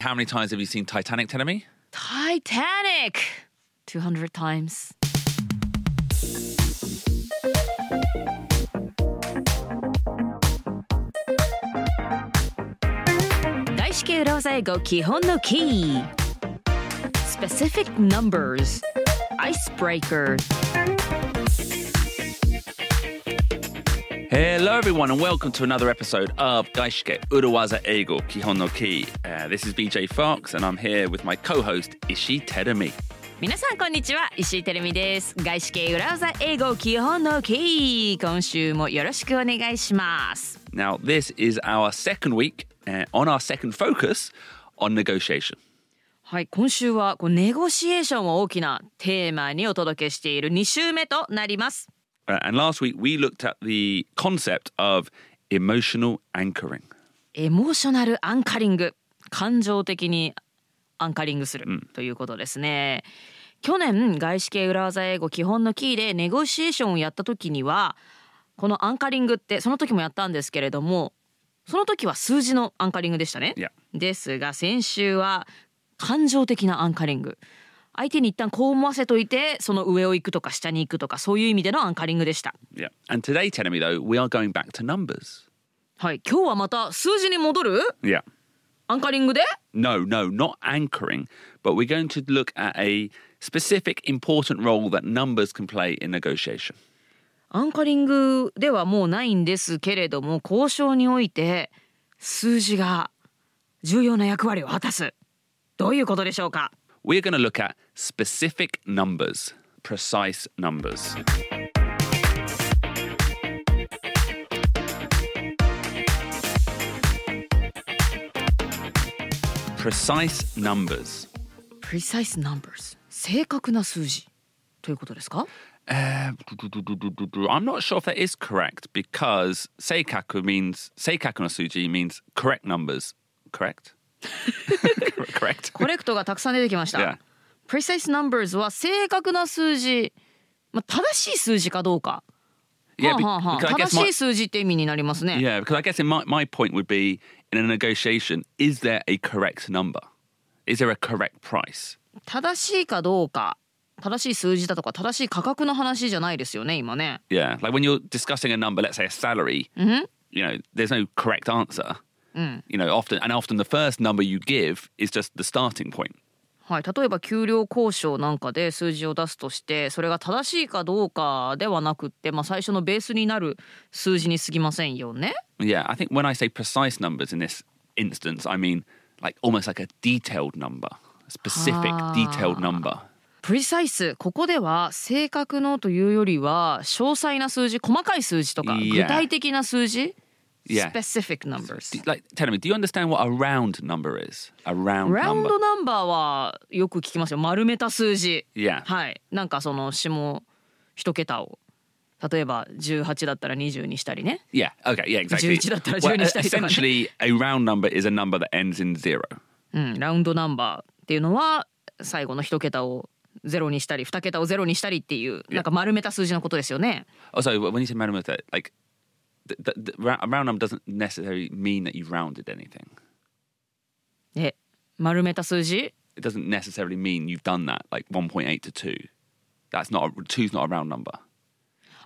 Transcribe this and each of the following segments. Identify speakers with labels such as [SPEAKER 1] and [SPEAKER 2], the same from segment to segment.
[SPEAKER 1] How many times have you seen Titanic, tell me?
[SPEAKER 2] Titanic! 200 times. 外資系裏技英語基本のキー Specific numbers Icebreaker
[SPEAKER 1] Hello, everyone, and welcome to another episode of Gaishke Uruwaza Eigo Kihon no Ki. Uh, this is BJ Fox, and I'm here with my co host, Ishii Terumi.
[SPEAKER 2] 皆さんこんにちは石井てるみです外資系裏技英語基本のキー今週もよろしくお願いします
[SPEAKER 1] Now, this is our second week uh, on our second focus on negotiation.
[SPEAKER 2] はい、今週はこうネゴシエーションを大きなテーマにお届けしている2週目となります。
[SPEAKER 1] Uh, and last week, we looked at the concept of emotional anchoring.
[SPEAKER 2] エモーショナルアンカリング、感情的にアンカリングするということですね。去年外資系裏技英語基本のキーでネゴシエーションをやった時にはこのアンカリングってその時もやったんですけれどもその時は数字のアンカリングでしたね。
[SPEAKER 1] いや
[SPEAKER 2] ですが先週は感情的なアンカリング相手に一旦こう思わせといてその上を行くとか下に行くとかそういう意味でのアンカリングでした。
[SPEAKER 1] Yeah. And today, Tenemi, though, we are going back to numbers.
[SPEAKER 2] はい今日はまた数字に戻る
[SPEAKER 1] Yeah.
[SPEAKER 2] アンカリングで
[SPEAKER 1] No, no, not anchoring, but we're going to look at a specific important role that numbers can play in negotiation.
[SPEAKER 2] アンカリングではもうないんですけれども交渉において数字が重要な役割を果たすどういうことでしょうか
[SPEAKER 1] We're going to look at specific numbers, precise numbers. 'Precise numbers.'
[SPEAKER 2] Precise numbers 正確な数字ということですか
[SPEAKER 1] Uh, I'm not sure if that is correct because seikaku means seikaku no suji means correct numbers. Correct? correct.
[SPEAKER 2] コレクトがたくさん出てきました、
[SPEAKER 1] Yeah.
[SPEAKER 2] Precise numbers は正確な数字、まあ、正しい数字かどうか、
[SPEAKER 1] Yeah,
[SPEAKER 2] は
[SPEAKER 1] be-
[SPEAKER 2] あはあはあ
[SPEAKER 1] because I
[SPEAKER 2] 正
[SPEAKER 1] guess
[SPEAKER 2] し
[SPEAKER 1] my,
[SPEAKER 2] い数字って意味になりますね、
[SPEAKER 1] yeah, because I guess in my, my point would be in a negotiation, is there a correct number? Is there a correct price?
[SPEAKER 2] 正しいかどうか正しい数字だとか正しい価格の話じゃないですよね今ね
[SPEAKER 1] Yeah, like when you're discussing a number, let's say a salary, you know, there's no correct answer. You know, often and often the first number you give is just the starting point.
[SPEAKER 2] はい、例えば給料交渉なんかで数字を出すとしてそれが正しいかどうかではなくって、まあ、最初のベースになる数字に過ぎませんよね。
[SPEAKER 1] Yeah, I think when I say precise numbers in this instance, I mean like almost like a detailed number, a specific detailed number.
[SPEAKER 2] プリサイスここでは正確のというよりは詳細な数字細かい数字とか
[SPEAKER 1] Yeah.
[SPEAKER 2] 具体的な数字
[SPEAKER 1] Yeah.
[SPEAKER 2] specific
[SPEAKER 1] Do-
[SPEAKER 2] numbers
[SPEAKER 1] Like, tell me, do you understand what a round number is? A round
[SPEAKER 2] ラウン
[SPEAKER 1] number.
[SPEAKER 2] ドナンバーはよく聞きますよ丸めた数字
[SPEAKER 1] Yeah.
[SPEAKER 2] はいなんかその下一桁を例えば18だったら20にしたりね
[SPEAKER 1] Yeah. Okay. Yeah. Exactly.
[SPEAKER 2] 11だったら
[SPEAKER 1] Well, uh,
[SPEAKER 2] 12にしたりとかね
[SPEAKER 1] essentially, a round number is a number that ends in zero.
[SPEAKER 2] うん、ラウンドナンバーっていうのは最後の一桁をゼロにしたり二桁をゼロにしたりっていうなんか丸めた数字のことですよね。
[SPEAKER 1] Also, Oh, when you say madam with it, like th th th- ra- a round number doesn't necessarily mean that you rounded anything.
[SPEAKER 2] え丸めた数字
[SPEAKER 1] It doesn't necessarily mean you've done that. Like 1.8 to 2. That's not a, two's not a round number.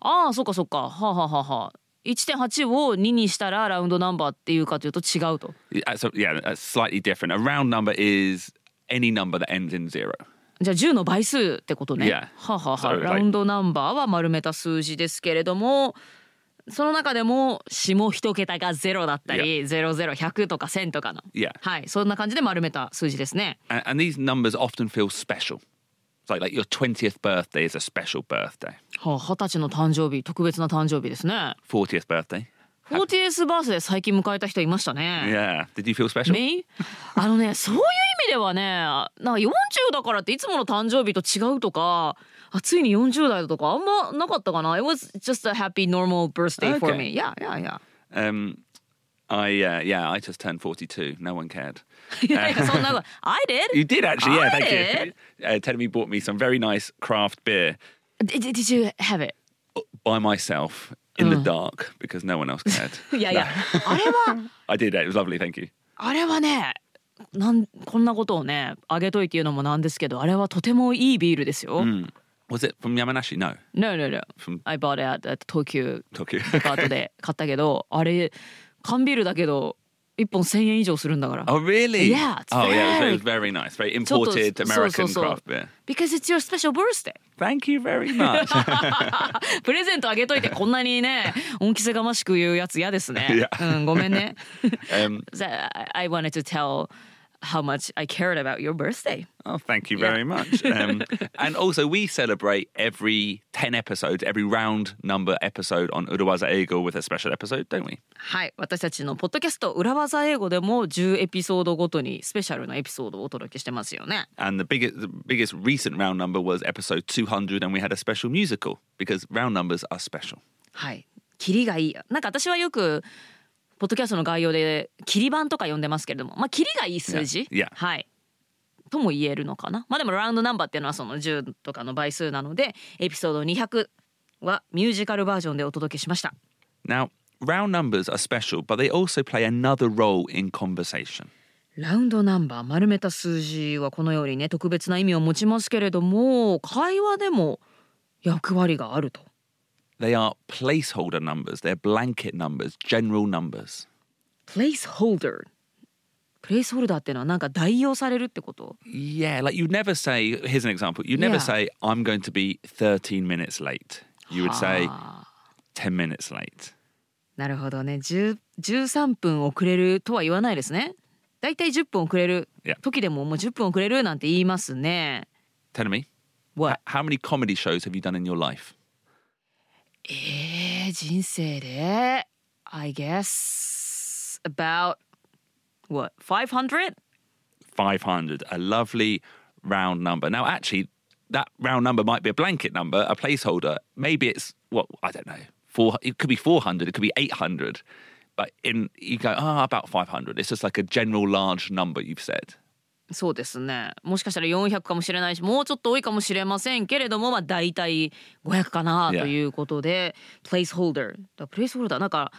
[SPEAKER 2] ああそっかそっかはあ、はあはあはあ、1.8を2にしたらラウンドナンバーっていうかというと違うと。
[SPEAKER 1] Yeah, Uh, So yeah, that's slightly different. A round number is any number that ends in zero.
[SPEAKER 2] じゃあ10の倍数ってことね。
[SPEAKER 1] Yeah.
[SPEAKER 2] はあはあはあ
[SPEAKER 1] So, like-
[SPEAKER 2] ラウンドナンバーは丸めた数字ですけれどもその中でも下一桁がゼロだったり、00100とか1000とかの、
[SPEAKER 1] Yeah.
[SPEAKER 2] はいそんな感じで丸めた数字ですね。
[SPEAKER 1] And, and these numbers often feel special. It's like like your twentieth birthday is a special birthday.
[SPEAKER 2] はあ、二十歳の誕生日特別な誕生日ですね
[SPEAKER 1] Fortieth birthday.
[SPEAKER 2] 40th バースで最近迎えた人いましたね
[SPEAKER 1] Yeah. Did you feel special?
[SPEAKER 2] メインあのねそういう意味ではねなんか40だからっていつもの誕生日と違うとかあついに40代だとかあんまなかったかな It was just a happy normal birthday for me yeah yeah yeah
[SPEAKER 1] Um, I uh, yeah, I just turned forty-two. No one cared.
[SPEAKER 2] いやいやそんな こと I
[SPEAKER 1] You
[SPEAKER 2] did
[SPEAKER 1] did actually, yeah.
[SPEAKER 2] I
[SPEAKER 1] thank
[SPEAKER 2] did?
[SPEAKER 1] you. Uh, Teddy bought me some very nice craft beer
[SPEAKER 2] did, did you have it?
[SPEAKER 1] by myself in the dark because no one else cared.
[SPEAKER 2] いやいや
[SPEAKER 1] No.
[SPEAKER 2] あれは
[SPEAKER 1] I did. It was lovely. Thank you.
[SPEAKER 2] あれはねなんこんなことをねあげといて言うのもなんですけどあれはとてもいいビールですよ。
[SPEAKER 1] Mm. Was it from Yamanashi? No,
[SPEAKER 2] No no no
[SPEAKER 1] from
[SPEAKER 2] I bought it at, at Tokyo
[SPEAKER 1] Tokyo.
[SPEAKER 2] デパートで買ったけどあれ缶ビールだけど1本1,000円以上するんだから。
[SPEAKER 1] oh, really?
[SPEAKER 2] Yeah, it's
[SPEAKER 1] oh, yeah. It was,
[SPEAKER 2] very-
[SPEAKER 1] it was very nice. Very
[SPEAKER 2] ちょっと
[SPEAKER 1] imported
[SPEAKER 2] そうそ
[SPEAKER 1] American
[SPEAKER 2] うそう
[SPEAKER 1] craft beer.
[SPEAKER 2] Because it's your special birthday.
[SPEAKER 1] Thank you very much.
[SPEAKER 2] プレゼントあげと いてこんなにね恩着せがましく言うやつ嫌ですね。 うん、ごめ んね。
[SPEAKER 1] um,
[SPEAKER 2] So I- I wanted to tell how much I cared about your birthday.
[SPEAKER 1] Oh, thank you very much. Um, and also, we celebrate every 10 episodes, every round number episode on Urawaza Eagle with a special episode, don't we?
[SPEAKER 2] はい私たちのポッドキャスト裏技英語でも10エピソードごとにスペシャルなエピソードをお届けしてますよね
[SPEAKER 1] And the biggest, the biggest recent round number was episode 200, and we had a special musical because round numbers are special.
[SPEAKER 2] はいキリがいいなんか私はよくポッドキャストの概要でキリ版とか呼んでますけれどもまあキリがいい数字
[SPEAKER 1] Yeah, yeah.
[SPEAKER 2] はいとも言えるのかなまあでもラウンドナンバーっていうのはその10とかの倍数なのでエピソード200はミュージカルバージョンでお届けしました
[SPEAKER 1] Now, round numbers are special, but they also play another role in conversation.
[SPEAKER 2] ラウンドナンバー丸めた数字はこのようにね特別な意味を持ちますけれども会話でも役割があると
[SPEAKER 1] They are placeholder numbers, they're blanket numbers, general numbers.
[SPEAKER 2] placeholder プレイスホルダーってのはなんか代用されるってこと、
[SPEAKER 1] Yeah, like you'd never say, here's an example, you'd never
[SPEAKER 2] Yeah.
[SPEAKER 1] say, I'm going to be 13 minutes late. You would say,
[SPEAKER 2] あ
[SPEAKER 1] 10 minutes late.
[SPEAKER 2] ーなるほどね10 13分遅れるとは言わないですねだいたい10分遅れる
[SPEAKER 1] Yeah.
[SPEAKER 2] 時でももう10分遅れるなんて言いますね
[SPEAKER 1] Tell me, h-
[SPEAKER 2] What?
[SPEAKER 1] how many comedy shows have you done in your life?
[SPEAKER 2] えー、人生で I guess about what 500?
[SPEAKER 1] 500, a lovely round number. Now, actually, that round number might be a blanket number, a placeholder. Maybe it's, well, I don't know, four, it could be 400, it could be 800. But in you go, ah, about 500. It's just like a general large number you've said.
[SPEAKER 2] そうですねもしかしたら400かもしれないしもうちょっと多いかもしれませんけれどもまあ大体500かな
[SPEAKER 1] Yeah.
[SPEAKER 2] ということで、プレイスホルダーだからプレイスホルダーなんか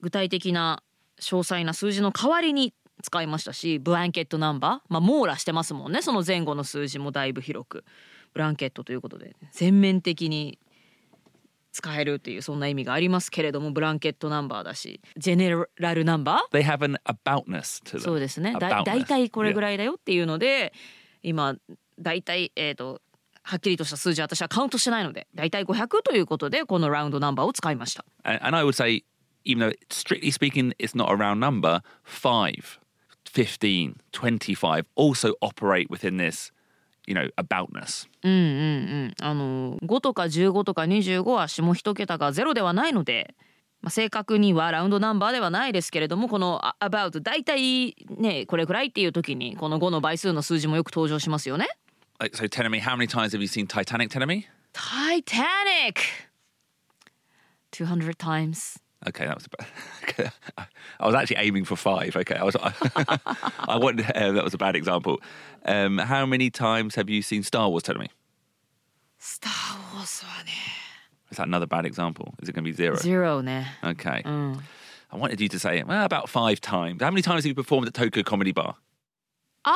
[SPEAKER 2] 具体的な詳細な数字の代わりに使いましたしブランケットナンバーまあ網羅してますもんねその前後の数字もだいぶ広くブランケットということで全面的に使えるっていうそんな意味がありますけれどもブランケットナンバーだしジェネラルナンバー
[SPEAKER 1] They have an aboutness to them.
[SPEAKER 2] そうですね。だ
[SPEAKER 1] Aboutness.
[SPEAKER 2] 大体これぐ
[SPEAKER 1] Yeah.
[SPEAKER 2] らいだよっていうので、今大体えっ、とはっきりとした数字私はカウントしてないので大体500ということでこのラウンドナンバーを使いました。
[SPEAKER 1] And, and I would say, even though strictly speaking, it's not a round number, five, 15, 25 also operate within this, you know, aboutness.
[SPEAKER 2] うんあの5とか15とか25は下一桁がゼロではないので、まあ、正確にはラウンドナンバーではないですけれどもこのあ about 大体ねこれぐらいっていう時にこの5の倍数の数字もよく登場しますよね。
[SPEAKER 1] Like, so, Tenemy, how many times have you seen Titanic, Tenemy?
[SPEAKER 2] Titanic 200 times
[SPEAKER 1] Okay, that was about. Okay. I was actually aiming for five. Okay, I was. I, wanted. Uh, that was a bad example. Um, how many times have you seen Star Wars, Tenemy?
[SPEAKER 2] スター・ウォーズはね
[SPEAKER 1] Is that another bad example? Is it going to be zero?
[SPEAKER 2] Zero ね。
[SPEAKER 1] Okay.
[SPEAKER 2] うん。
[SPEAKER 1] I wanted you to say well, about five times. How many times have you performed at Tokyo Comedy Bar?
[SPEAKER 2] あ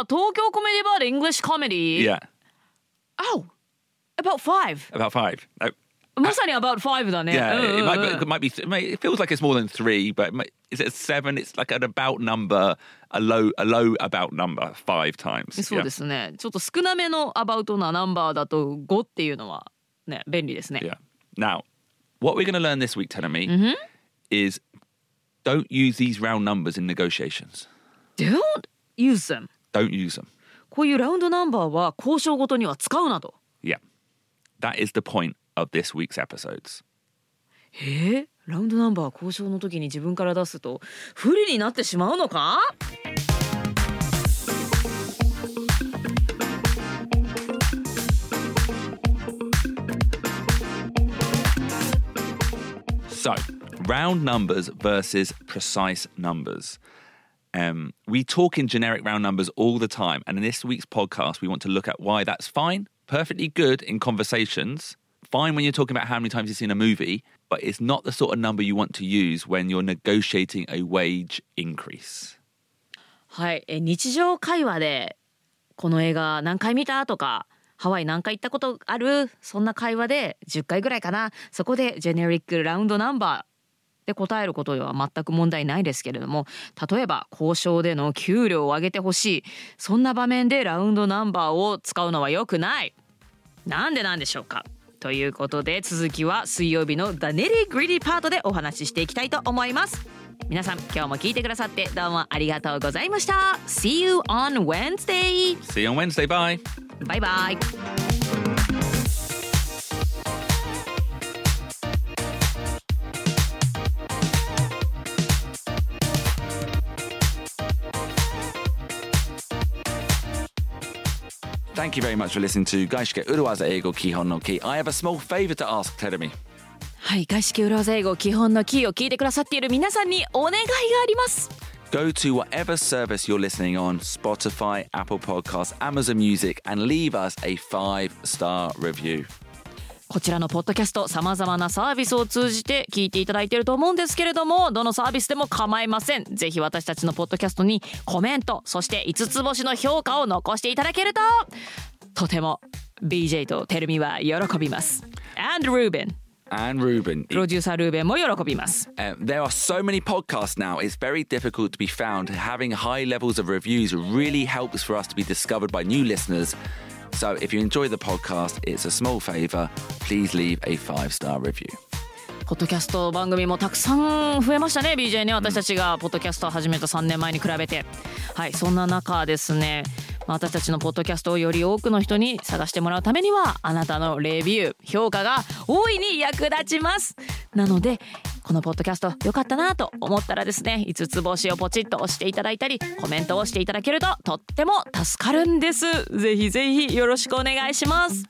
[SPEAKER 2] あ、東京コメディバーで English コメディ。
[SPEAKER 1] Yeah,
[SPEAKER 2] Oh, about five.
[SPEAKER 1] about five. No,
[SPEAKER 2] まさに about five だね。
[SPEAKER 1] Yeah, Oh.
[SPEAKER 2] うんうん
[SPEAKER 1] it,
[SPEAKER 2] うん
[SPEAKER 1] might be, it might be. It, might, it feels like it's more than three, but it might, is it seven? It's like an about number, a low, a low about number five times.
[SPEAKER 2] そうですね。ちょっと少なめの about なナンバーだと5っていうのはね便利ですね。
[SPEAKER 1] Yeah. yeah. Now, what we're going to learn this week, Tanami, is don't use these round numbers in negotiations.
[SPEAKER 2] Don't use them.
[SPEAKER 1] Don't use them.
[SPEAKER 2] こういうラウンドナンバーは交渉ごとには使うなと。
[SPEAKER 1] Yeah, that is the point of this week's episodes.
[SPEAKER 2] えー、ラウンドナンバー交渉の時に自分から出すと不利になってしまうのか？
[SPEAKER 1] So, round numbers versus precise numbers. Um, we talk in generic round numbers all the time. And in this week's podcast, we want to look at why that's fine, perfectly good in conversations, fine when you're talking about how many times you've seen a movie, but it's not the sort of number you want to use when you're negotiating a wage increase.
[SPEAKER 2] はい、え日常会話でこの映画何回見たとかハワイ何回行ったことあるそんな会話で10回ぐらいかなそこでジェネリックラウンドナンバーで答えることは全く問題ないですけれども例えば交渉での給料を上げてほしいそんな場面でラウンドナンバーを使うのは良くないなんでなんでしょうかということで続きは水曜日の「ダネリグリディパート」でお話ししていきたいと思います皆さん今日も聞いてくださってどうもありがとうございました See you on Wednesday!
[SPEAKER 1] See you on Wednesday. Bye.
[SPEAKER 2] バイバイ
[SPEAKER 1] Thank you very much for listening to Gaishike Uruwaza Ego Kihon no Ki. I have a small favor to ask Terumi.
[SPEAKER 2] はい外資系裏技英語基本のキーを聞いてくださっている皆さんにお願いがあります
[SPEAKER 1] Go to whatever service you're listening on Spotify, Apple Podcasts, Amazon Music and leave us a five star review.
[SPEAKER 2] こちらのポッドキャストさまざまなサービスを通じて聞いていただいていると思うんですけれどもどのサービスでも構いませんぜひ私たちのポッドキャストにコメントそして5つ星の評価を残していただけるととても BJ とテルミは喜びます and Ruben
[SPEAKER 1] And Ruben.
[SPEAKER 2] プロデューサールーベンも喜びます
[SPEAKER 1] Um, there are so many podcasts now, it's very difficult to be found. Having high levels of reviews really helps for us to be discovered by new listeners. So if you enjoy the podcast, it's a small favor. Please leave a five star review.
[SPEAKER 2] ポッドキャスト番組もたくさん増えましたね BJ ね私たちがポッドキャストを始めた3年前に比べてはいそんな中ですねまあ私たちのポッドキャストをより多くの人に探してもらうためにはあなたのレビュー評価が大いに役立ちますなのでこのポッドキャスト良かったなと思ったらですね5つ星をポチッと押していただいたりコメントをしていただけるととっても助かるんですぜひぜひよろしくお願いします